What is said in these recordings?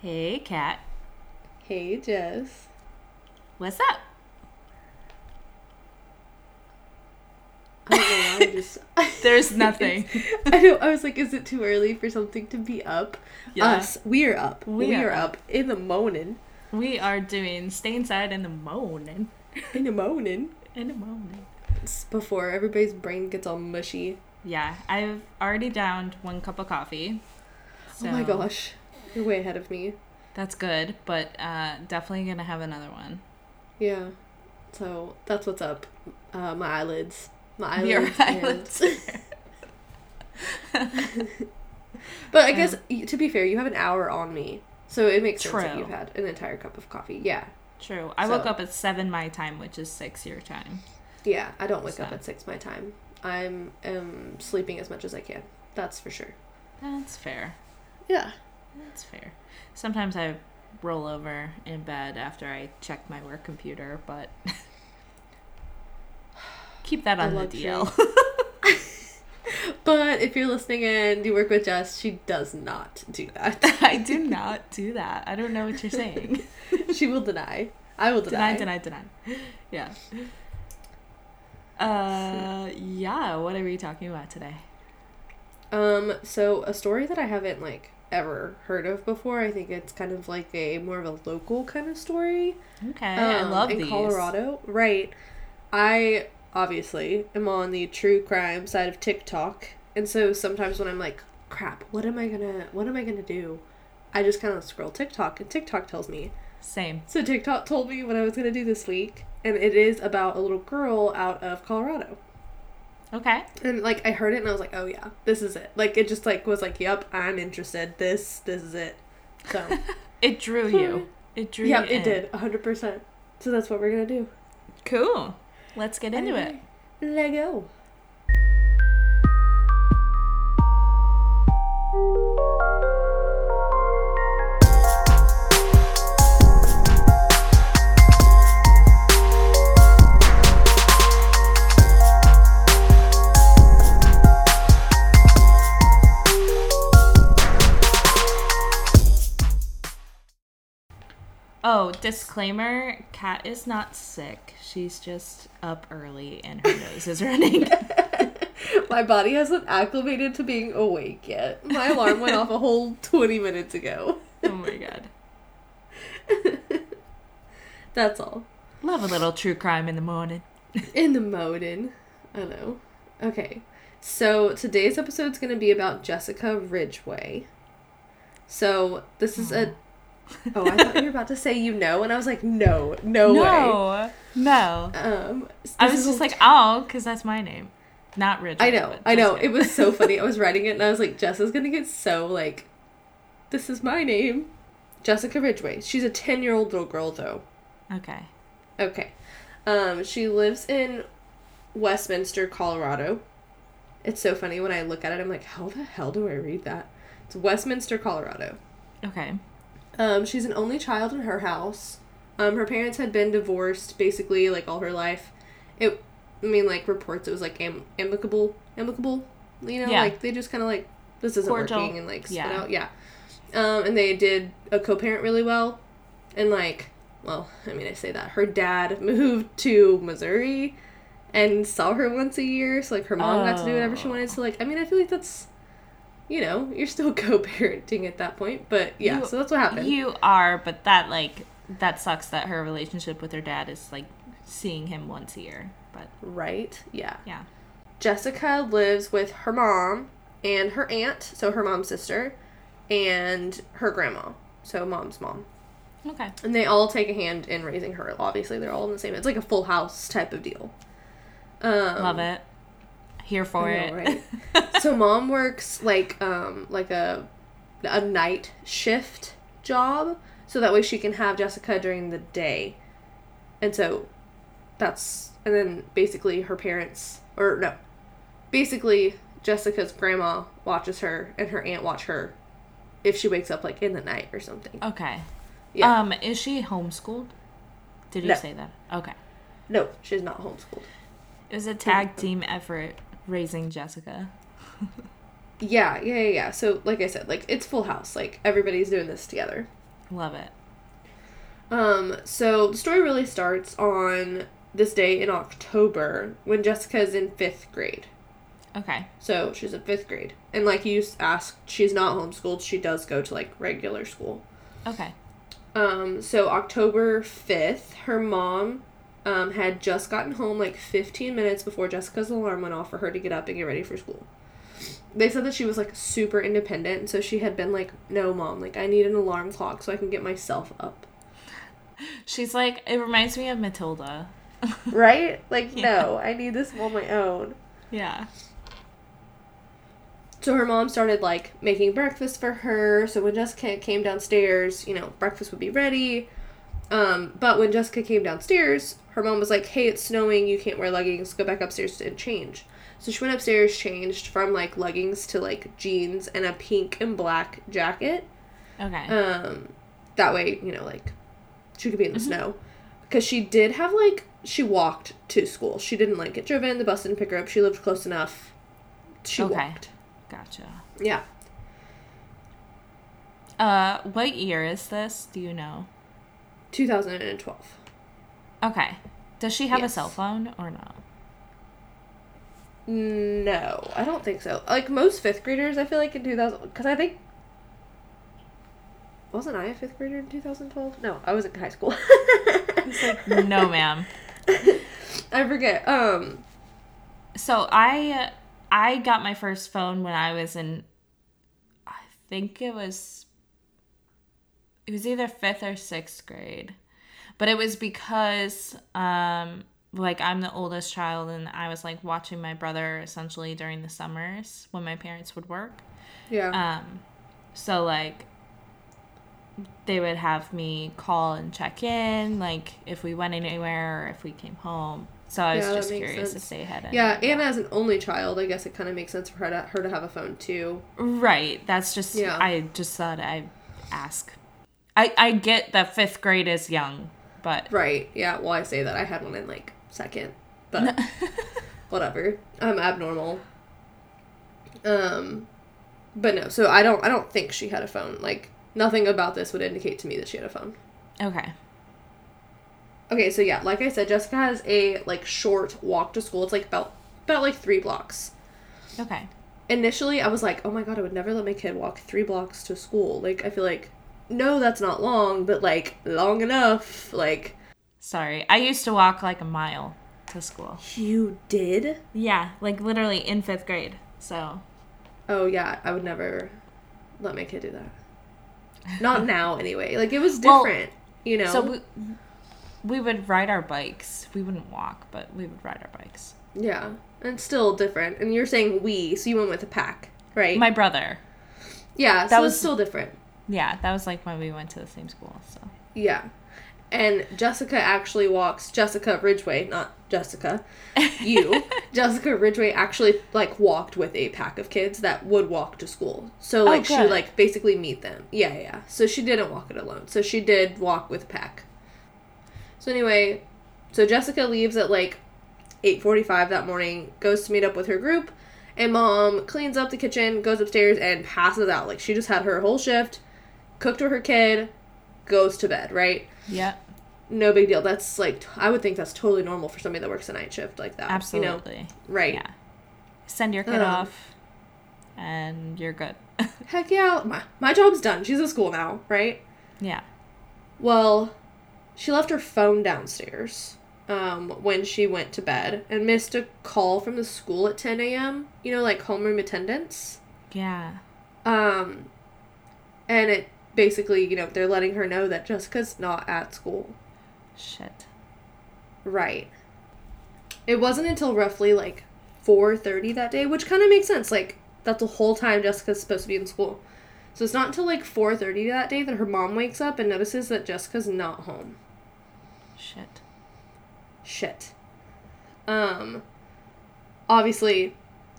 Hey, Kat. Hey, Jess. What's up? I don't know why I just. There's nothing. I know. I was like, is it too early for something to be up? Yeah. Us, we are up. We We, are are, up in the morning. We are doing Stay Inside in the Morning. In the morning. In the Morning. It's before everybody's brain gets all mushy. Yeah, I've already downed one cup of coffee. Oh my so gosh, you're way ahead of me. That's good, but uh, definitely gonna have another one. Yeah. So that's what's up. Uh, my eyelids. My eyelids. Your and- eyelids. But I guess y to be fair, you have an hour on me, so it makes sense that True. you've had an entire cup of coffee. Yeah. True. I woke So- up at 7 my time, which is 6 your time. Yeah, I don't wake up So. at six my time. I'm um sleeping as much as I can. That's for sure. That's fair. Yeah. That's fair. Sometimes I roll over in bed after I check my work computer, but keep that A on the luxury. DL. But if you're listening and you work with Jess, she does not do that. I do not do that. I don't know what you're saying. she will deny. I will deny. deny, deny, deny. Yeah. Uh, yeah. What are we talking about today? Um, so a story that I haven't like ever heard of before. I think it's kind of like a more of a local kind of story. Okay, I um, love in these. Colorado, right? I obviously am on the true crime side of TikTok, and so sometimes when I'm like, "crap, what am I gonna, what am I gonna do?" I just kind of scroll TikTok, and TikTok tells me. Same. So TikTok told me what I was gonna do this week, and it is about a little girl out of Colorado. Okay. And like I heard it, and I was like, "Oh yeah, this is it." Like it just like was like, "Yep, I'm interested. This, this is it." So It drew you. It drew. yeah, you Hmm. it in. did, hundred percent. So that's what we're gonna do. Cool. Let's get into it. Lego. Oh, disclaimer Kat is not sick. She's just up early and her nose is running. My body hasn't acclimated to being awake yet. My alarm went off a whole 20 minutes ago. oh my god. That's all. Love a little true crime in the morning. In the modin. I know. Okay. So today's episode's going to be about Jessica Ridgway. So this is a. Oh, I thought you were about to say you know, and I was like, no, no, way. No. Um, s- I this was is just a- like, oh, because that's my name. Not Rich. I know, I know. It was so funny. I was writing it, and I was like, Jess is gonna get so like, this is my name, Jessica Ridgway. She's a ten-year-old little girl, though. Okay. Okay. Um, she lives in Westminster, Colorado. It's so funny when I look at it, I'm like, how the hell do I read that? It's Westminster, Colorado. Okay. Um, she's an only child in her house. Um, her parents had been divorced basically like all her life. It, I mean, like reports it was like am- amicable, amicable. You know, Yeah. like they just kind of like this isn't Cordial. working and like spit Yeah. out. Yeah. Um, and they did a co-parent really well, and like, well, I mean, I say that her dad moved to Missouri, and saw her once a year. So like her mom got to do whatever she Oh. wanted. So like, I mean, I feel like that's. You know, you're still co-parenting at that point, but yeah, You- so that's what happened. You are, but that, like, that sucks that her relationship with her dad is, like, seeing him once a year. But, Right? Yeah. yeah. Jessica lives with her mom and her aunt, so her mom's sister, and her grandma, so mom's mom. Okay. And they all take a hand in raising her. Obviously, they're all in the same. It's like a full house type of deal. Um, Love it. Here for I it. know, so mom works like um like a a night shift job so that way she can have Jessica during the day. And so that's and then basically her parents or no. Basically Jessica's grandma watches her and her aunt watch her if she wakes up like in the night or something. Okay. Yeah. Um, is she homeschooled? Did you No. say that? Okay. No, she's not homeschooled. It Mm-hmm. was a tag team effort raising Jessica. Yeah, yeah, yeah, yeah. So like I said, like it's full house. Like everybody's doing this together. Love it. Um, so the story really starts on this day in October when Jessica's in fifth grade. Okay. So she's in fifth grade. And like you s- asked, she's not homeschooled. She does go to like regular school. Okay. Um, so October 5th, her mom um, had just gotten home like 15 minutes before Jessica's alarm went off for her to get up and get ready for school. They said that she was like super independent, and so she had been like, No, mom, like I need an alarm clock so I can get myself up. She's like, it reminds me of Matilda. Right? Like, Yeah. no, I need this on my own. Yeah. So her mom started like making breakfast for her. So when Jessica came downstairs, you know, breakfast would be ready. Um, but when Jessica came downstairs, her mom was like, "Hey, it's snowing. You can't wear leggings. Go back upstairs and change." So she went upstairs, changed from like leggings to like jeans and a pink and black jacket. Okay. Um, that way, you know, like she could be in the snow because she did have like she walked to school. She didn't like get driven. The bus didn't pick her up. She lived close enough. She Okay. walked. gotcha. Yeah. Uh, what year is this? Do you know? 2012. Okay. Does she have Yes. a cell phone or no? No, I don't think so. Like most fifth graders, I feel like in 2000, because I think. Wasn't I a fifth grader in 2012? No, I was in high school. No, ma'am. I forget. Um, So I I got my first phone when I was in I think it was it was either 5th or 6th grade. But it was because um like I'm the oldest child and I was like watching my brother essentially during the summers when my parents would work. yeah. Um, so like they would have me call and check in, like if we went anywhere or if we came home. So I was Yeah, that just makes curious sense. if they had any. yeah, and as an only child, I guess it kind of makes sense for her to, her to have a phone too. Right. That's just Yeah. I just thought I'd ask. I, I get that fifth grade is young, but Right. Yeah, well, I say that. I had one in like second, but whatever. I'm abnormal. Um, but no, so I don't, I don't think she had a phone. Like, nothing about this would indicate to me that she had a phone. okay. Okay, so yeah, like I said, Jessica has a like short walk to school. It's like about about like three blocks. Okay. Initially, I was like, oh my god, I would never let my kid walk three blocks to school. Like, I feel like no, that's not long, but like long enough. Like, Sorry. I used to walk like a mile to school. you did? Yeah, like literally in fifth grade. So Oh yeah, I would never let my kid do that. Not now, anyway. Like it was Well, different, you know. so we we would ride our bikes. We wouldn't walk, but we would ride our bikes. yeah, and it's still different. And you're saying we, so you went with a pack, right? My brother. yeah, so was- it's still different. Yeah, that was like when we went to the same school. So Yeah. And Jessica actually walks Jessica Ridgway, not Jessica. You, Jessica Ridgway actually like walked with a pack of kids that would walk to school. So like she good. would, like basically meet them. Yeah, yeah. So she didn't walk it alone. So she did walk with a pack. So anyway, so Jessica leaves at like 8:45 that morning, goes to meet up with her group, and mom cleans up the kitchen, goes upstairs and passes out. Like she just had her whole shift, cooked for her kid, goes to bed, right? yep, No big deal. That's like t- I would think that's totally normal for somebody that works a night shift like that. You know, absolutely. right. Yeah. Send your kid Um, off, and you're good. Heck yeah. My my job's done. She's at school now, right? yeah. Well, she left her phone downstairs um, when she went to bed and missed a call from the school at 10 a.m. You know, like homeroom attendance. Yeah. Um, and it basically, you know, they're letting her know that Jessica's not at school. Shit. Right. It wasn't until roughly like 4:30 that day, which kind of makes sense. Like that's the whole time Jessica's supposed to be in school. So it's not until like 4:30 that day that her mom wakes up and notices that Jessica's not home. Shit. Shit. Um obviously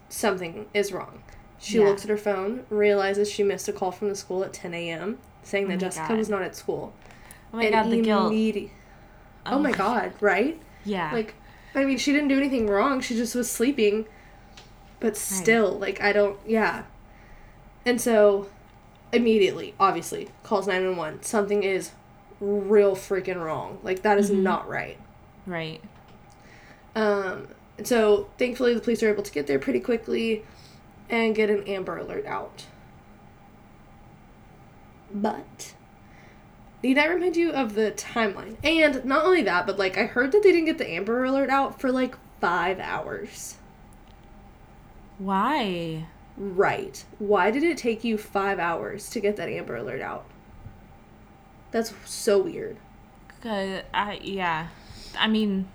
something is wrong. She Yeah. looks at her phone, realizes she missed a call from the school at 10 a.m. saying that Oh my Jessica God. was not at school. Oh my god, the guilt. immedi- Oh my god, right? Yeah. Like, I mean, she didn't do anything wrong. She just was sleeping. But still, like, I don't, yeah. And so immediately, obviously, calls 911. Something is real freaking wrong. Like, that is not right. Right. Um, and so, thankfully, the police are able to get there pretty quickly and get an Amber Alert out. But, need I remind you of the timeline? And not only that, but like, I heard that they didn't get the Amber Alert out for like five hours. Why? Right. Why did it take you five hours to get that Amber Alert out? That's so weird. 'Cause I yeah. I mean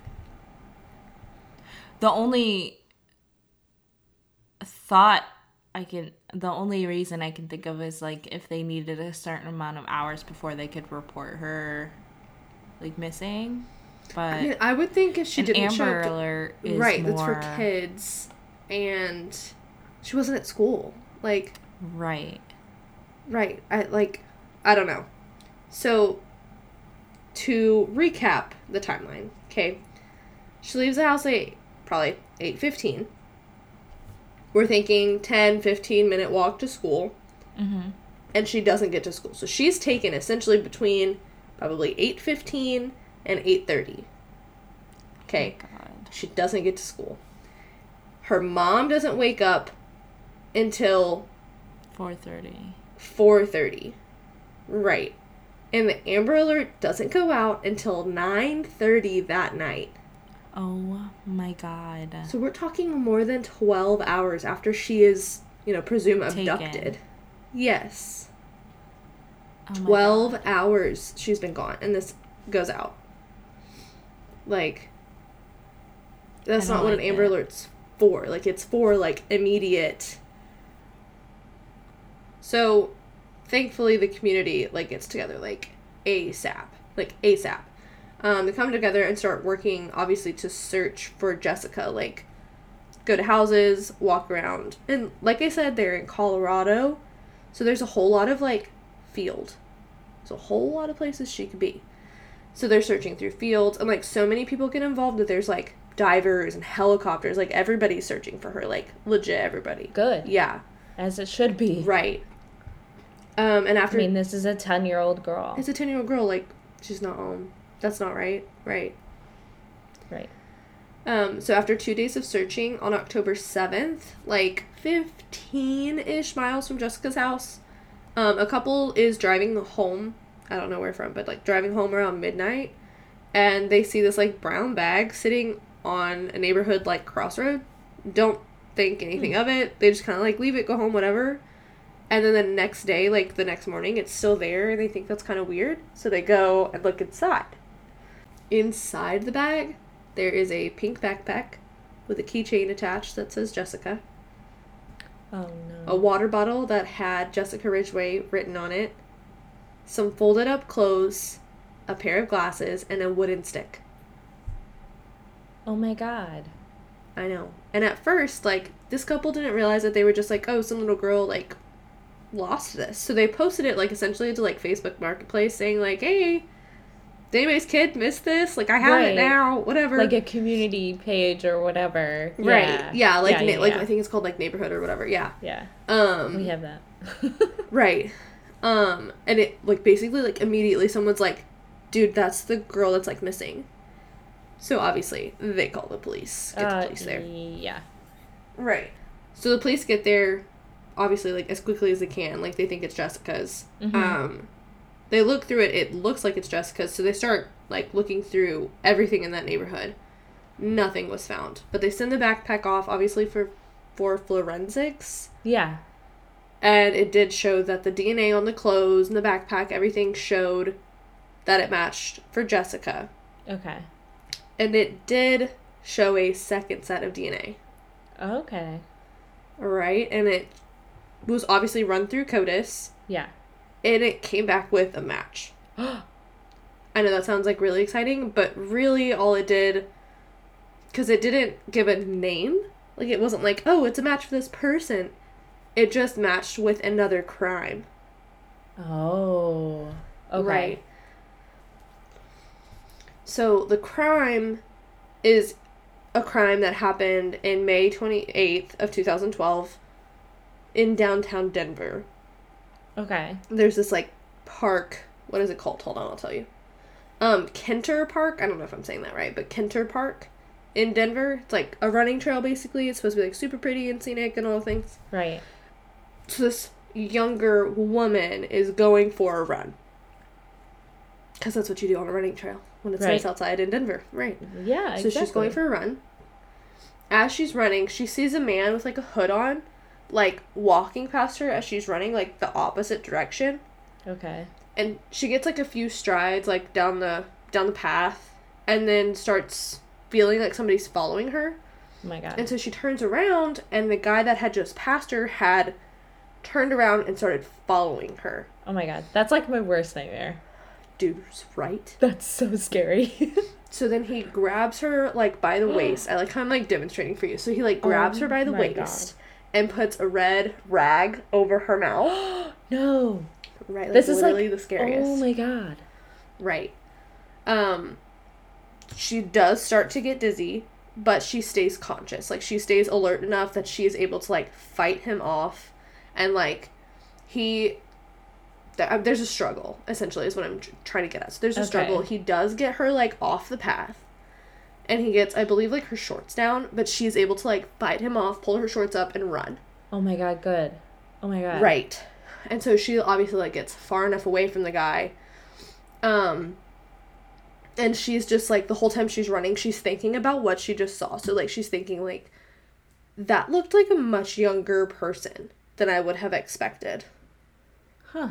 the only thought I can the only reason I can think of is like if they needed a certain amount of hours before they could report her like missing. But I mean, I would think if she an didn't show Amber up to- Alert is right, that's more, for kids, and she wasn't at school. Like, Right. right? I like, I don't know. So, to recap the timeline, okay? She leaves the house at eight, probably eight fifteen. We're thinking 10, 15 minute walk to school. Mm-hmm. and she doesn't get to school. So she's taken essentially between probably 8:15 and 8:30. Okay. God. She doesn't get to school. Her mom doesn't wake up until Four thirty. 4:30. Right. And the Amber Alert doesn't go out until 9:30 that night. Oh my god. So we're talking more than 12 hours after she is, you know, presumed Taken. abducted. Yes. Oh my 12 hours she's been gone and this goes out like that's I don't not what an like amber it. alert's for like it's for like immediate so thankfully the community like gets together like asap like asap um, they come together and start working obviously to search for jessica like go to houses walk around and like i said they're in colorado so there's a whole lot of like field. There's a whole lot of places she could be. So they're searching through fields, and like so many people get involved that there's like divers and helicopters. Like everybody's searching for her. Like legit everybody. Good, Yeah. as it should be. Right. Um, and I after mean, this is a 10 year old girl. it's a ten year old girl, like she's not home. That's not right. Right. right. Um, so after two days of searching on October 7th, like 15 ish miles from Jessica's house, um, a couple is driving home. I don't know where from, but like driving home around midnight. And they see this like brown bag sitting on a neighborhood like crossroad. Don't think anything of it. They just kind of like leave it, go home, whatever. And then the next day, like the next morning, it's still there and they think that's kind of weird. So they go and look inside. Inside the bag, there is a pink backpack with a keychain attached that says Jessica, Oh a no. water bottle that had Jessica Ridgway written on it, some folded up clothes, a pair of glasses, and a wooden stick. Oh my god. I know. And at first, like, this couple didn't realize that they were just like, oh, some little girl, like, lost this. So they posted it, like, essentially to, like, Facebook Marketplace saying, like, hey, did anybody's kid miss this? Like, I have it Right. now, whatever. Like a community page or whatever. right. Yeah, Yeah. like, yeah, na- yeah, like yeah. I think it's called, like, neighborhood or whatever. Yeah. Yeah, Um, we have that. Right. Um, and it like basically like immediately someone's like, dude, that's the girl that's like missing. So obviously they call the police. Get Uh, the police there. Yeah. Right. So the police get there obviously like as quickly as they can. Like they think it's Jessica's. Mhm. Um they look through it, it looks like it's Jessica's, so they start like looking through everything in that neighborhood. Nothing was found. But they send the backpack off obviously for for forensics. Yeah. and it did show that the DNA on the clothes and the backpack, everything showed that it matched for Jessica. Okay. And it did show a second set of DNA, Okay. right? And it was obviously run through CODIS, Yeah. and it came back with a match. I know that sounds like really exciting, but really all it did, because it didn't give a name, like it wasn't like, oh, it's a match for this person. It just matched with another crime. oh. Okay. Right. So the crime is a crime that happened in May 28th of 2012 in downtown Denver. Okay. there's this like park. What is it called? Hold on, I'll tell you. Um, Kenter Park. I don't know if I'm saying that right, but Kenter Park in Denver. It's like a running trail basically. It's supposed to be like super pretty and scenic and all the things. Right. So this younger woman is going for a run. Cause that's what you do on a running trail when it's Right. nice outside in Denver, right? Yeah. So she's going for a run. As she's running, she sees a man with like a hood on, like walking past her as she's running, like the opposite direction. Okay. And she gets like a few strides like down the down the path and then starts feeling like somebody's following her. Oh my god. And so she turns around and the guy that had just passed her had turned around and started following her. oh my god. That's like my worst nightmare. Dude's right. That's so scary. So then he grabs her like by the waist. I like how I'm like demonstrating for you. So he like grabs her by the Oh my God. waist and puts a red rag over her mouth. no. Right. Like, This is literally like the scariest. Oh my god. Right. Um she does start to get dizzy, but she stays conscious. Like she stays alert enough that she is able to like fight him off and like he th- uh, there's a struggle essentially is what I'm tr- trying to get at. So there's a Okay. struggle. He does get her like off the path. And he gets I believe like her shorts down, but she's able to like fight him off, pull her shorts up and run. Oh my god. Good. Oh my god. Right. And so she obviously like gets far enough away from the guy. Um and she's just like the whole time she's running, she's thinking about what she just saw. So like she's thinking like that looked like a much younger person than I would have expected. Huh.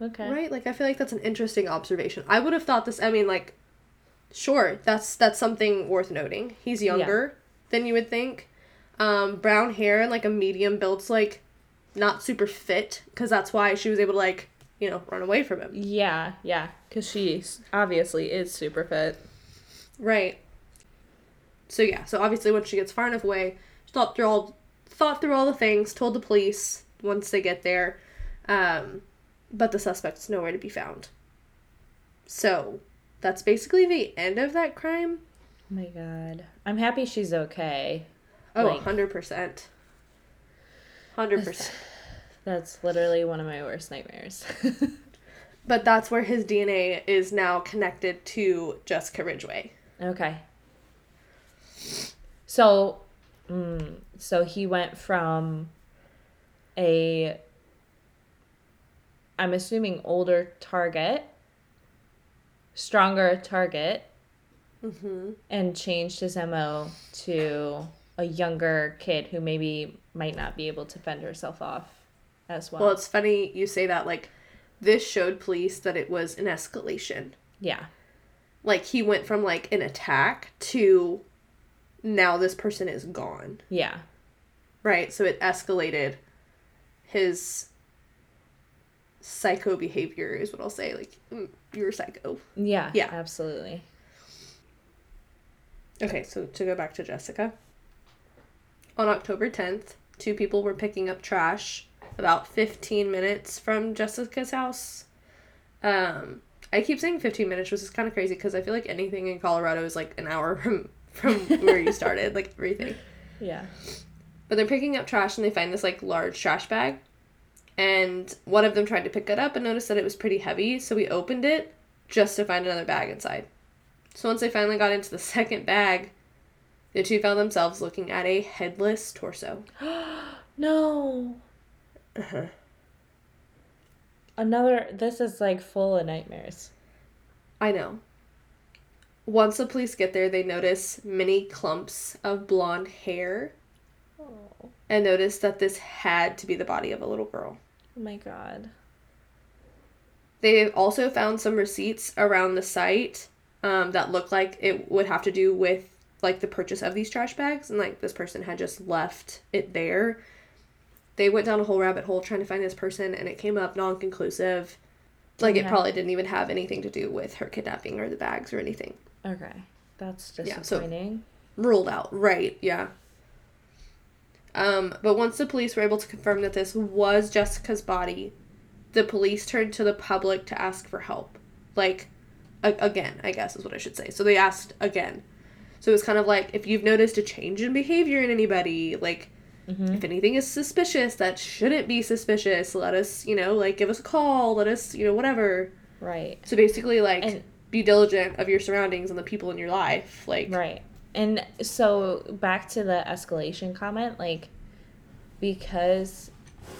Okay. Right? Like I feel like that's an interesting observation. I would have thought this I mean like sure, that's that's something worth noting. He's younger than you would think. Um brown hair and like a medium build's like not super fit cuz that's why she was able to like, you know, run away from him. Yeah. Yeah. Because she s- obviously is super fit. Right. So yeah, so obviously once she gets far enough away, she thought through all thought through all the things, told the police once they get there. Um but the suspect's nowhere to be found. So that's basically the end of that crime. Oh my god. I'm happy she's okay. Oh, Like- hundred percent. Hundred percent. That's literally one of my worst nightmares. But that's where his DNA is now connected to Jessica Ridgway. okay. So, mm, so he went from a, I'm assuming older target, stronger target, and changed his MO to a younger kid who maybe might not be able to fend herself off as well. Well, it's funny you say that. Like, this showed police that it was an escalation. yeah. Like he went from like an attack to now this person is gone. Yeah. Right. So it escalated his psycho behavior is what I'll say. Like "Mm, you're psycho. Yeah. Yeah. Absolutely. Okay, so to go back to Jessica. On October 10th, two people were picking up trash about 15 minutes from Jessica's house. Um, I keep saying 15 minutes, which is kind of crazy because I feel like anything in Colorado is like an hour from from where you started, like everything. Yeah. But they're picking up trash and they find this like large trash bag. And one of them tried to pick it up and noticed that it was pretty heavy, so we opened it just to find another bag inside. So once they finally got into the second bag, the two found themselves looking at a headless torso. No. Another. This is like full of nightmares. I know. Once the police get there, they notice many clumps of blonde hair Oh, and notice that this had to be the body of a little girl. my god. They also found some receipts around the site um, that looked like it would have to do with like the purchase of these trash bags, and like this person had just left it there. They went down a whole rabbit hole trying to find this person, and it came up non-conclusive. Like it Yeah. probably didn't even have anything to do with her kidnapping or the bags or anything. Okay, that's Yeah, so- disappointing. Ruled out, right? Yeah. Um, but once the police were able to confirm that this was Jessica's body, the police turned to the public to ask for help. Like, a- again, I guess is what I should say. So they asked again. So it was kind of like if you've noticed a change in behavior in anybody, like If anything is suspicious that shouldn't be suspicious, let us, you know, like give us a call, let us, you know, whatever. Right. So basically, like, And- be diligent of your surroundings and the people in your life. Like, Right. And so back to the escalation comment, like because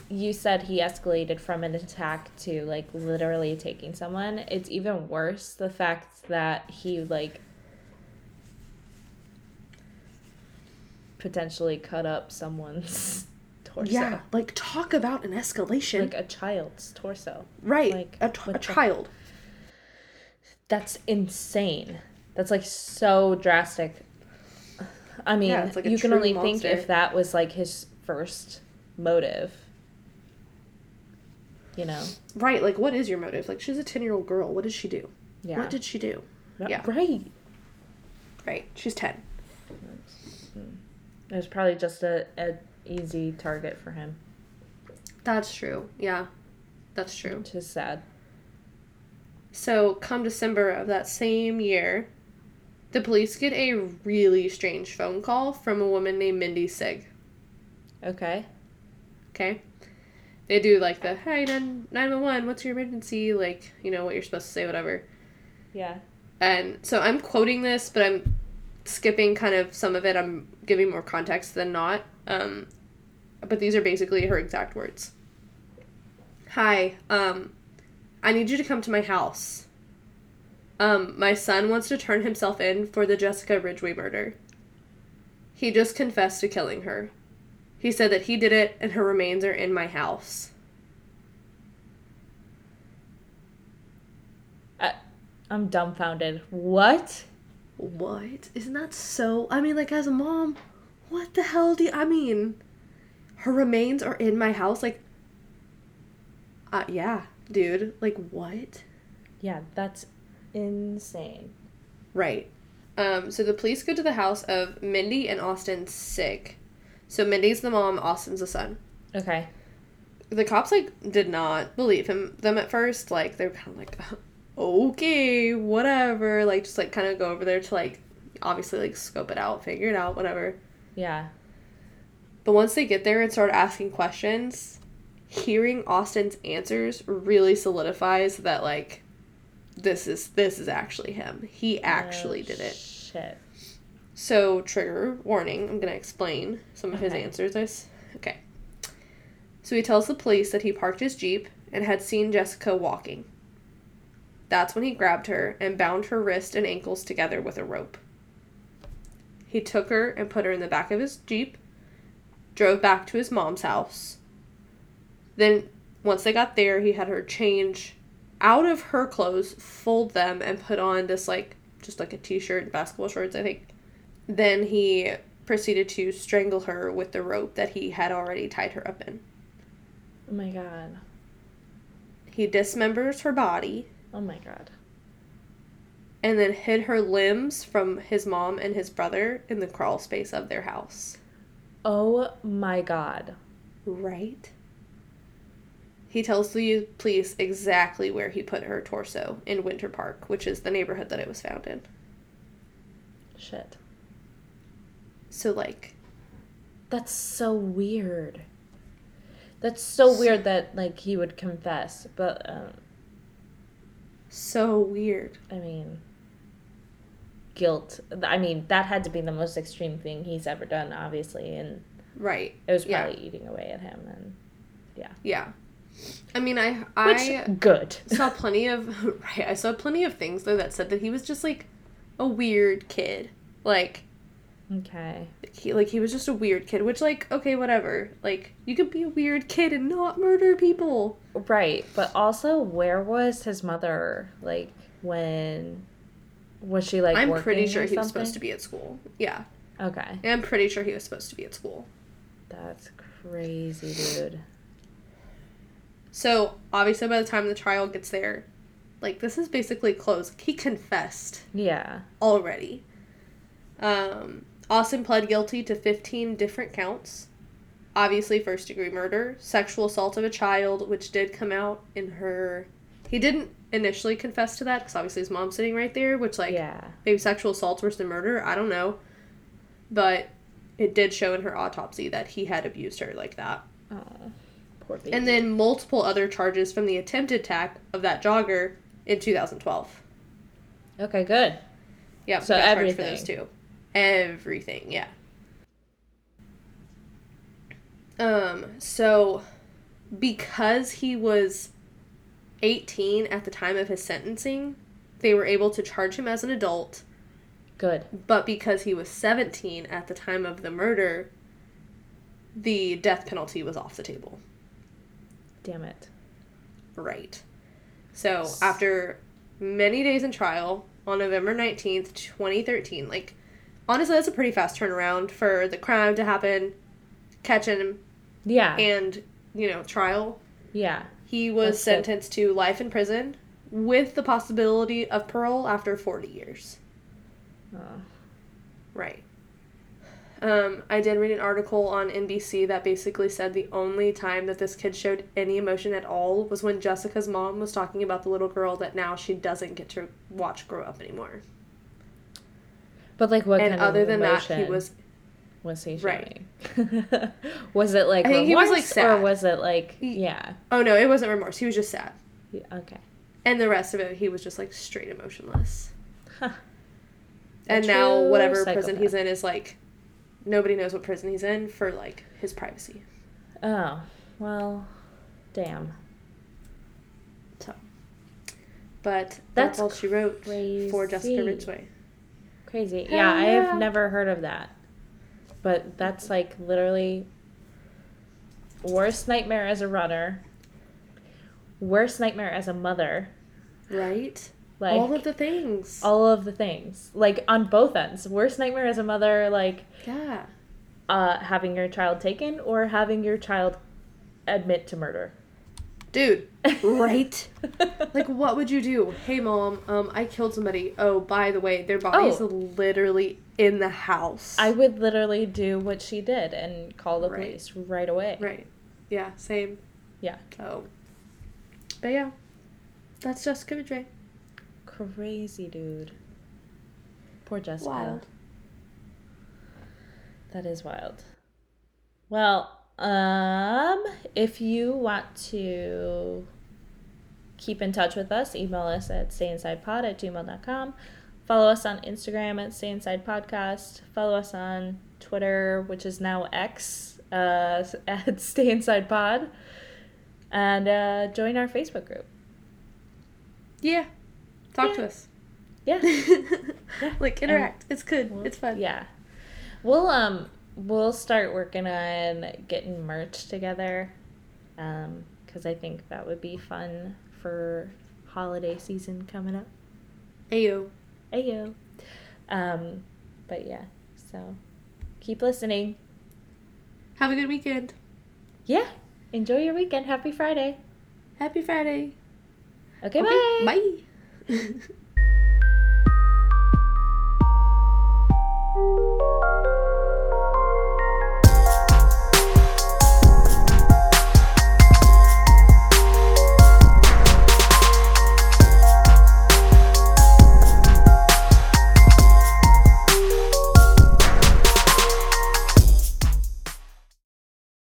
you said he escalated from an attack to like literally taking someone, it's even worse the fact that he like potentially cut up someone's torso. yeah, like talk about an escalation. Like a child's torso. right. like, a t- what a the- child. That's insane. That's like so drastic. I mean, Yeah, it's like a you can true only monster. think if that was like his first motive. You know? Right. Like, what is your motive? Like, she's a 10 year old girl. What did she do? Yeah. What did she do? yeah. Right. Right. She's 10. It was probably just a, a easy target for him, That's true. Yeah. That's true. which is sad. So, come December of that same year, the police get a really strange phone call from a woman named Mindy Sig. Okay. Okay? They do like the, hey, 911, what's your emergency? Like, you know, what you're supposed to say, whatever. Yeah. And so I'm quoting this, but I'm skipping kind of some of it. I'm giving more context than not. Um, but these are basically her exact words Hi, um, I need you to come to my house. Um, my son wants to turn himself in for the Jessica Ridgway murder. He just confessed to killing her. He said that he did it and her remains are in my house. I, I'm dumbfounded. What? What? Isn't that so? I mean, like, as a mom, what the hell do you. I mean, her remains are in my house? Like, uh, yeah, dude. Like, what? Yeah, that's insane. Right. Um, so the police go to the house of Mindy and Austin sick. So Mindy's the mom, Austin's the son. Okay. The cops, like, did not believe him them at first. Like, they were kind of like, okay, whatever. Like, just, like, kind of go over there to, like, obviously, like, scope it out, figure it out, whatever. Yeah. But once they get there and start asking questions, hearing Austin's answers really solidifies that like this is this is actually him. He actually Oh, did it. Shit. So trigger warning, I'm going to explain some of his Okay. answers. I s- okay. So he tells the police that he parked his Jeep and had seen Jessica walking. That's when he grabbed her and bound her wrist and ankles together with a rope. He took her and put her in the back of his Jeep, drove back to his mom's house. Then, once they got there, he had her change out of her clothes, fold them, and put on this, like, just like a t shirt and basketball shorts, I think. Then he proceeded to strangle her with the rope that he had already tied her up in. Oh my god. He dismembers her body Oh my god. and then hid her limbs from his mom and his brother in the crawl space of their house. Oh my god. Right? He tells the police exactly where he put her torso in Winter Park, which is the neighborhood that it was found in. Shit. So, like, That's so weird. That's so weird that like he would confess, but um, so weird. I mean, guilt. I mean, that had to be the most extreme thing he's ever done, obviously, and Right. it was Yeah. probably eating away at him. And Yeah. I mean, I. I which good. saw plenty of right, I saw plenty of things though that said that he was just like a weird kid. Like okay. he like he was just a weird kid, which like okay, whatever. Like you could be a weird kid and not murder people. Right, but also, where was his mother? Like when was she like? I'm pretty working sure or he was supposed to something? be at school. Yeah. Okay, I'm pretty sure he was supposed to be at school. that's crazy, dude. So, obviously by the time the trial gets there, like this is basically closed. He confessed. Yeah. already. Um, Austin pled guilty to 15 different counts. Obviously, first degree murder, sexual assault of a child, which did come out in her. He didn't initially confess to that because obviously his mom's sitting right there, which, like, yeah. maybe sexual assault worse than murder. I don't know. But it did show in her autopsy that he had abused her like that. Oh, poor baby. And then multiple other charges from the attempted attack of that jogger in 2012. okay, good. Yeah, So we got charged everything. for those two. Everything, yeah. Um, so because he was 18 at the time of his sentencing, they were able to charge him as an adult, Good. but because he was 17 at the time of the murder, the death penalty was off the table. Damn it. Right. So after many days in trial on November 19th, 2013, like honestly, that's a pretty fast turnaround for the crime to happen, catching him, Yeah. and you know, trial. yeah. He was That's good. sentenced to life in prison with the possibility of parole after 40 years. Oh. Right. Um, I did read an article on NBC that basically said the only time that this kid showed any emotion at all was when Jessica's mom was talking about the little girl that now she doesn't get to watch grow up anymore. But like, what and kind other of than that, he emotion was was he Right. showing? was it like I think he was, remorse like, sad. or was it like He- yeah? oh no, it wasn't remorse. He was just sad, Yeah, Okay. and the rest of it, he was just like straight emotionless. Huh. And now true whatever prison psychopath. he's in is like nobody knows what prison he's in for like his privacy. Oh well, damn. So, but that's That's all she wrote for Jessica crazy. Ridgway. Crazy. Hell yeah, I yeah. have never heard of that. But that's like literally worst nightmare as a runner, worst nightmare as a mother, Right? like all of the things. the things. Like on both ends. Worst nightmare as a mother, like yeah. uh, having your child taken or having your child admit to murder. Dude, right? like what would you do? Hey mom, um I killed somebody. Oh, by the way, their body is Oh. literally in the house. I would literally do what she did and call the Right. police right away. Right. Yeah, same. Yeah. So But yeah. That's Jessica Vidre. Crazy dude. Poor Jessica. Wild. That is wild. Well, um, if you want to keep in touch with us, email us at stayinsidepod at gmail.com. Follow us on Instagram at Stay Inside Podcast. Follow us on Twitter, which is now X, uh, at Stay Inside Pod. And uh, join our Facebook group. Yeah. Talk to Yeah. us. Yeah. like interact. it's good. it's fun. Yeah. We'll um we'll start working on getting merch together. Um cuz I think that would be fun for holiday season coming up. Ayo. Ayo. Um but yeah. So keep listening. Have a good weekend. Yeah. Enjoy your weekend. Happy Friday. Happy Friday. Okay, Okay, bye. Bye.